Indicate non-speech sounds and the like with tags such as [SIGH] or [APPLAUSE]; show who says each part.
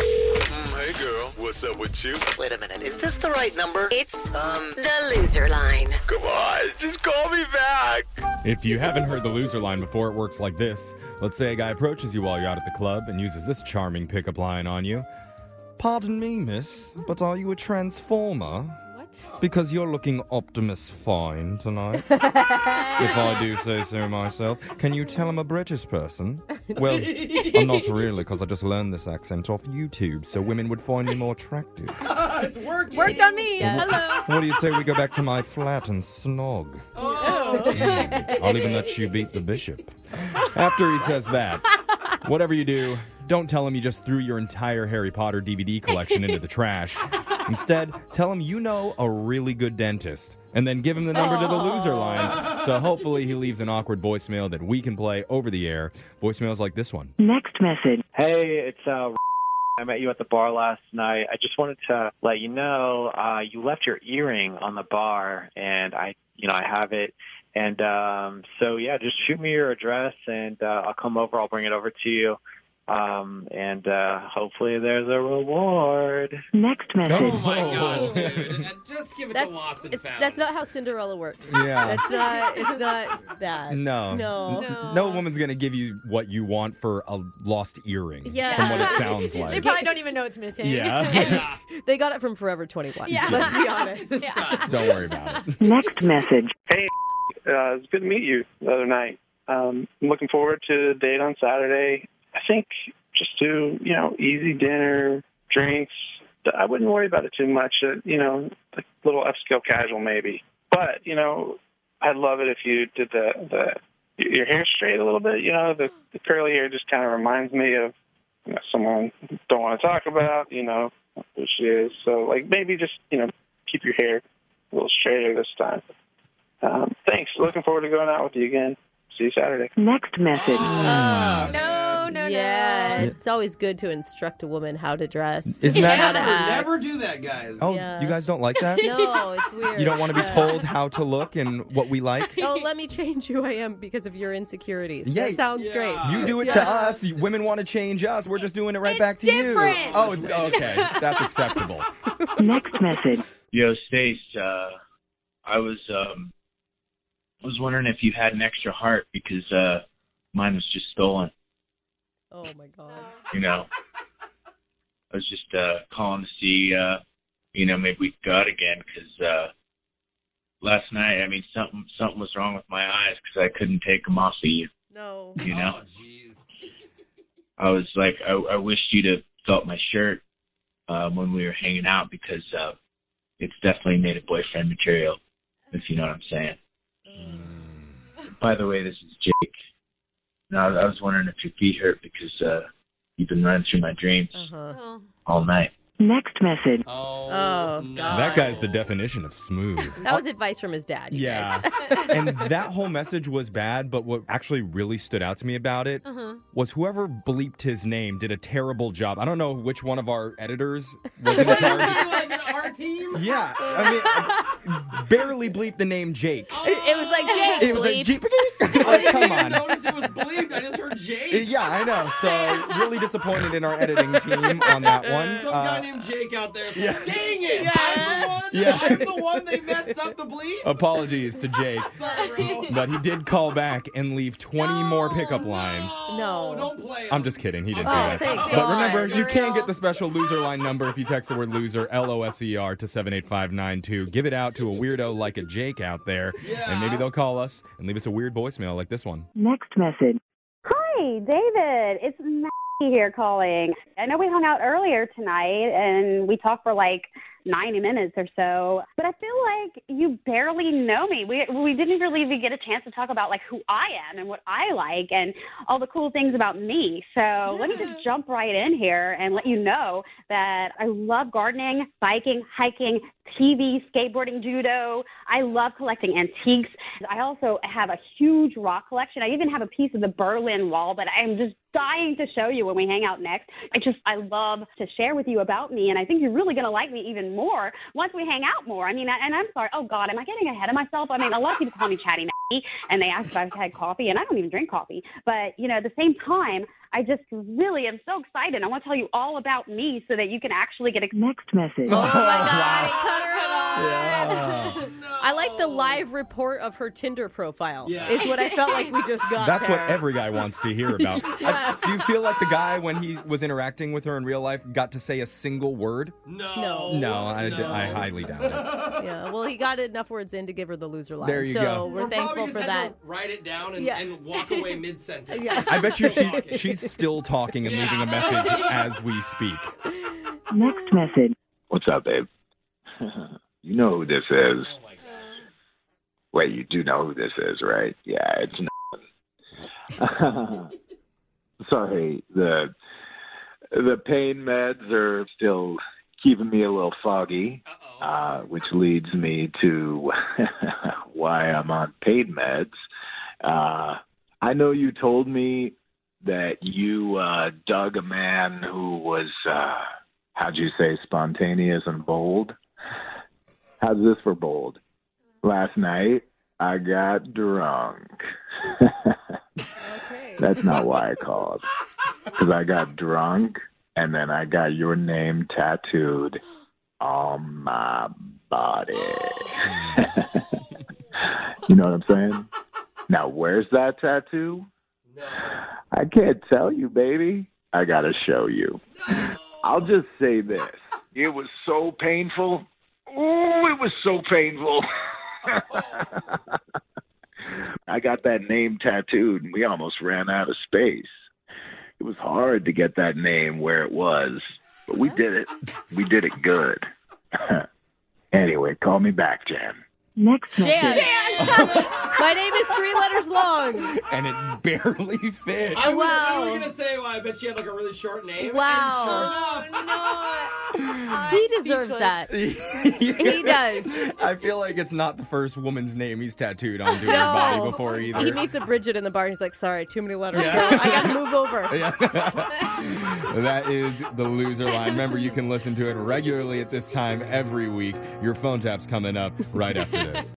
Speaker 1: Mm, girl? What's up with you?
Speaker 2: Wait a minute, is this the right number?
Speaker 3: It's
Speaker 2: Um,
Speaker 3: the loser line.
Speaker 1: Come on, just call me back.
Speaker 4: If you haven't heard the loser line before, it works like this. Let's say a guy approaches you while you're out at the club and uses this charming pickup line on you. Pardon me, miss, but are you a transformer? What? Because you're looking Optimus fine
Speaker 5: [LAUGHS]
Speaker 4: tonight. if I do say so myself. Can you tell I'm a British person? Well, I'm not really, because I just learned this accent off YouTube, so women would find me more attractive.
Speaker 5: Worked on me. Hello.
Speaker 4: What do you say we go back to my flat and snog? Mm. I'll even let you beat the bishop. After he says that, whatever you do, don't tell him you just threw your entire Harry Potter DVD collection into the trash. Instead, tell him you know a really good dentist and then give him the number to the loser line. So hopefully he leaves an awkward voicemail that we can play over the air. Voicemails like this one.
Speaker 6: Next message.
Speaker 7: Hey, it's uh, I met you at the bar last night. I just wanted to let you know uh, you left your earring on the bar, and I, you know, I have it. And um, so yeah, just shoot me your address, and uh, I'll come over. I'll bring it over to you, um, and uh, hopefully there's a reward.
Speaker 6: Next message.
Speaker 8: Oh my gosh, dude. Just give it
Speaker 5: That's
Speaker 8: to Lost and
Speaker 5: it's,
Speaker 8: Found.
Speaker 5: that's not how Cinderella works.
Speaker 4: [LAUGHS]
Speaker 8: [LAUGHS]
Speaker 4: Yeah.
Speaker 5: That's not. It's not that.
Speaker 4: No.
Speaker 5: No.
Speaker 4: N- No woman's going to give you what you want for a lost earring.
Speaker 5: Yeah.
Speaker 4: From what it sounds
Speaker 9: They
Speaker 4: like.
Speaker 9: probably don't even know it's missing.
Speaker 4: yeah.
Speaker 8: yeah.
Speaker 5: They got it from Forever 21.
Speaker 4: [LAUGHS]
Speaker 9: Yeah.
Speaker 5: Let's be honest.
Speaker 8: It's a stud.
Speaker 4: Don't worry about
Speaker 6: [LAUGHS]
Speaker 4: it.
Speaker 6: Next message.
Speaker 10: Uh, it was good to meet you the other night. Um, I'm looking forward to the date on Saturday. I think just do, you know, easy dinner, drinks. I wouldn't worry about it too much. Uh, you know, a little upscale casual maybe. But, you know, I'd love it if you did the, the your hair straight a little bit. You know, the, the curly hair just kind of reminds me of you know, someone I don't want to talk about, you know, who she is. So, like, maybe just, you know, keep your hair a little straighter this time. Um, thanks. Looking forward to going out with you again. See you Saturday.
Speaker 6: Next message.
Speaker 8: Oh.
Speaker 9: No, no,
Speaker 5: yeah. It's always good to instruct a woman how to dress.
Speaker 4: Isn't that-
Speaker 5: how
Speaker 8: Never,
Speaker 5: to act.
Speaker 8: never do that, guys.
Speaker 4: Oh,
Speaker 5: Yeah.
Speaker 4: you guys don't like that?
Speaker 5: [LAUGHS] No, it's weird.
Speaker 4: You don't want to be
Speaker 5: Yeah.
Speaker 4: told how to look and what we like?
Speaker 5: [LAUGHS] Oh, let me change who I am because of your insecurities.
Speaker 4: Yeah.
Speaker 5: That sounds great.
Speaker 8: Yeah.
Speaker 4: You do it to us. you- Women want to change us. We're just doing it right
Speaker 9: It's
Speaker 4: back to you.
Speaker 9: different.
Speaker 4: Oh, it's okay. That's acceptable.
Speaker 6: Next message.
Speaker 7: Yo, Stace, uh, I was um, I was wondering if you had an extra heart because uh, mine was just stolen.
Speaker 5: Oh my god.
Speaker 7: you know, I was just uh, calling to see, uh, you know, maybe we got again because uh, last night, I mean, something something was wrong with my eyes because I couldn't take them off of you.
Speaker 5: No.
Speaker 7: You know,
Speaker 8: Oh, jeez.
Speaker 7: I was like, I, I wished you'd have felt my shirt uh, when we were hanging out because uh, it's definitely native boyfriend material, if you know what I'm saying.
Speaker 8: Mm.
Speaker 7: By the way, this is Jake. Now, I was wondering if your feet hurt because uh, you've been running through my dreams
Speaker 5: Uh-huh.
Speaker 9: Oh.
Speaker 7: all night.
Speaker 6: Next message.
Speaker 8: Oh,
Speaker 5: Oh,
Speaker 8: no.
Speaker 5: God.
Speaker 4: That guy's the definition of smooth.
Speaker 5: That was advice from his dad. you
Speaker 4: Yeah.
Speaker 5: guys.
Speaker 4: and that whole message was bad, but what actually really stood out to me about it was whoever bleeped his name did a terrible job. I don't know which one of our editors
Speaker 8: [LAUGHS]
Speaker 4: was in charge.
Speaker 8: Are you like an R team?
Speaker 4: Yeah, I mean, barely bleeped the name Jake.
Speaker 5: It, it was like Jake.
Speaker 4: It was like,
Speaker 5: bleep.
Speaker 4: Jeep, like, come
Speaker 8: Oh, I
Speaker 4: on.
Speaker 8: noticed it was believed. I just heard Jake.
Speaker 4: Yeah, I know. So really disappointed in our editing team on that one.
Speaker 8: Some
Speaker 4: Uh,
Speaker 8: guy named Jake out there. Said,
Speaker 4: yes.
Speaker 8: Dang it! I'm the one.
Speaker 4: Yeah.
Speaker 8: I'm the one they messed up the bleep.
Speaker 4: apologies to Jake,
Speaker 8: Sorry, bro.
Speaker 4: but he did call back and leave 20 more pickup lines.
Speaker 5: No.
Speaker 8: don't play.
Speaker 4: I'm just kidding. He didn't
Speaker 5: Oh,
Speaker 4: do
Speaker 5: thank
Speaker 4: that. But
Speaker 5: God.
Speaker 4: remember, you
Speaker 9: For
Speaker 4: can
Speaker 9: real.
Speaker 4: get the special loser line number if you text the word loser, L O S E R, to 78592. Give it out to a weirdo like a Jake out there, and maybe they'll call us and leave us a weird voicemail like this one.
Speaker 6: Next message.
Speaker 11: Hi, David. It's Maggie here calling. I know we hung out earlier tonight and we talked for like 90 minutes or so, but I feel like you barely know me. We we didn't really even get a chance to talk about like who I am and what I like and all the cool things about me. So let me just jump right in here and let you know that I love gardening, biking, hiking, TV, skateboarding, judo. I love collecting antiques. I also have a huge rock collection. I even have a piece of the Berlin Wall that I'm just dying to show you when we hang out next. I just, I love to share with you about me, and I think you're really going to like me even more once we hang out more. I mean, I- and I'm sorry, oh God, am I getting ahead of myself? I mean, a lot of people call me Chatty Maggie, and they ask if I've had coffee, and I don't even drink coffee. But, you know, at the same time, I just really am so excited. I want to tell you all about me so that you can actually get excited.
Speaker 6: Next message.
Speaker 5: Oh
Speaker 8: Oh.
Speaker 5: I cut her off. [LAUGHS] I like the live report of her Tinder profile.
Speaker 8: Yeah.
Speaker 5: Is what I felt like we [LAUGHS] just got.
Speaker 4: That's what
Speaker 5: Tara.
Speaker 4: every guy wants to hear about. I- do you feel like the guy, when he was interacting with her in real life, got to say a single word?
Speaker 8: No.
Speaker 5: Oh,
Speaker 4: No, I, I highly doubt it.
Speaker 5: [LAUGHS] Yeah. Well, he got enough words in to give her the loser line.
Speaker 4: There you
Speaker 5: so
Speaker 4: go.
Speaker 5: we're thankful for that.
Speaker 8: write it down and,
Speaker 5: Yeah.
Speaker 8: and walk away mid sentence.
Speaker 5: [LAUGHS] Yeah.
Speaker 4: I bet you she, she's still talking and leaving a message as we speak.
Speaker 6: Next message.
Speaker 3: What's up, babe? you know who this is. Wait, you do know who this is, right? Yeah, it's nothing. Sorry, the the pain meds are still keeping me a little foggy, uh, which leads me to [LAUGHS] why I'm on paid meds. Uh, I know you told me that you uh, dug a man who was. Uh, how'd you say spontaneous and bold? How's this for bold? Last night I got drunk. [LAUGHS] That's not why I called. Because I got drunk and then I got your name tattooed on my body. [LAUGHS] you know what I'm saying? Now, where's that tattoo? I can't tell you, baby. I got to show you. I'll just say this. It was so painful. Oh, it was so painful. I got that name tattooed and we almost ran out of space. It was hard to get that name where it was, but we did it. We did it good. [LAUGHS] anyway, call me back, Jan.
Speaker 6: Next
Speaker 5: Jan.
Speaker 6: message.
Speaker 5: [LAUGHS] My name is three
Speaker 4: [LAUGHS]
Speaker 5: letters long.
Speaker 4: And it barely fit.
Speaker 8: I was, I was
Speaker 5: Wow.
Speaker 8: gonna say, well, I bet she had like a really short name.
Speaker 4: [LAUGHS]
Speaker 5: Wow.
Speaker 8: And sure enough,
Speaker 5: He deserves that. He does.
Speaker 4: I feel like it's not the first woman's name he's tattooed onto his
Speaker 5: No.
Speaker 4: body before either.
Speaker 5: He meets a Bridget in the bar and he's like, sorry, too many letters. girl. I gotta
Speaker 4: [LAUGHS]
Speaker 5: move over.
Speaker 4: Yeah. that is the loser line. Remember, you can listen to it regularly at this time every week. Your phone tap's coming up right after this.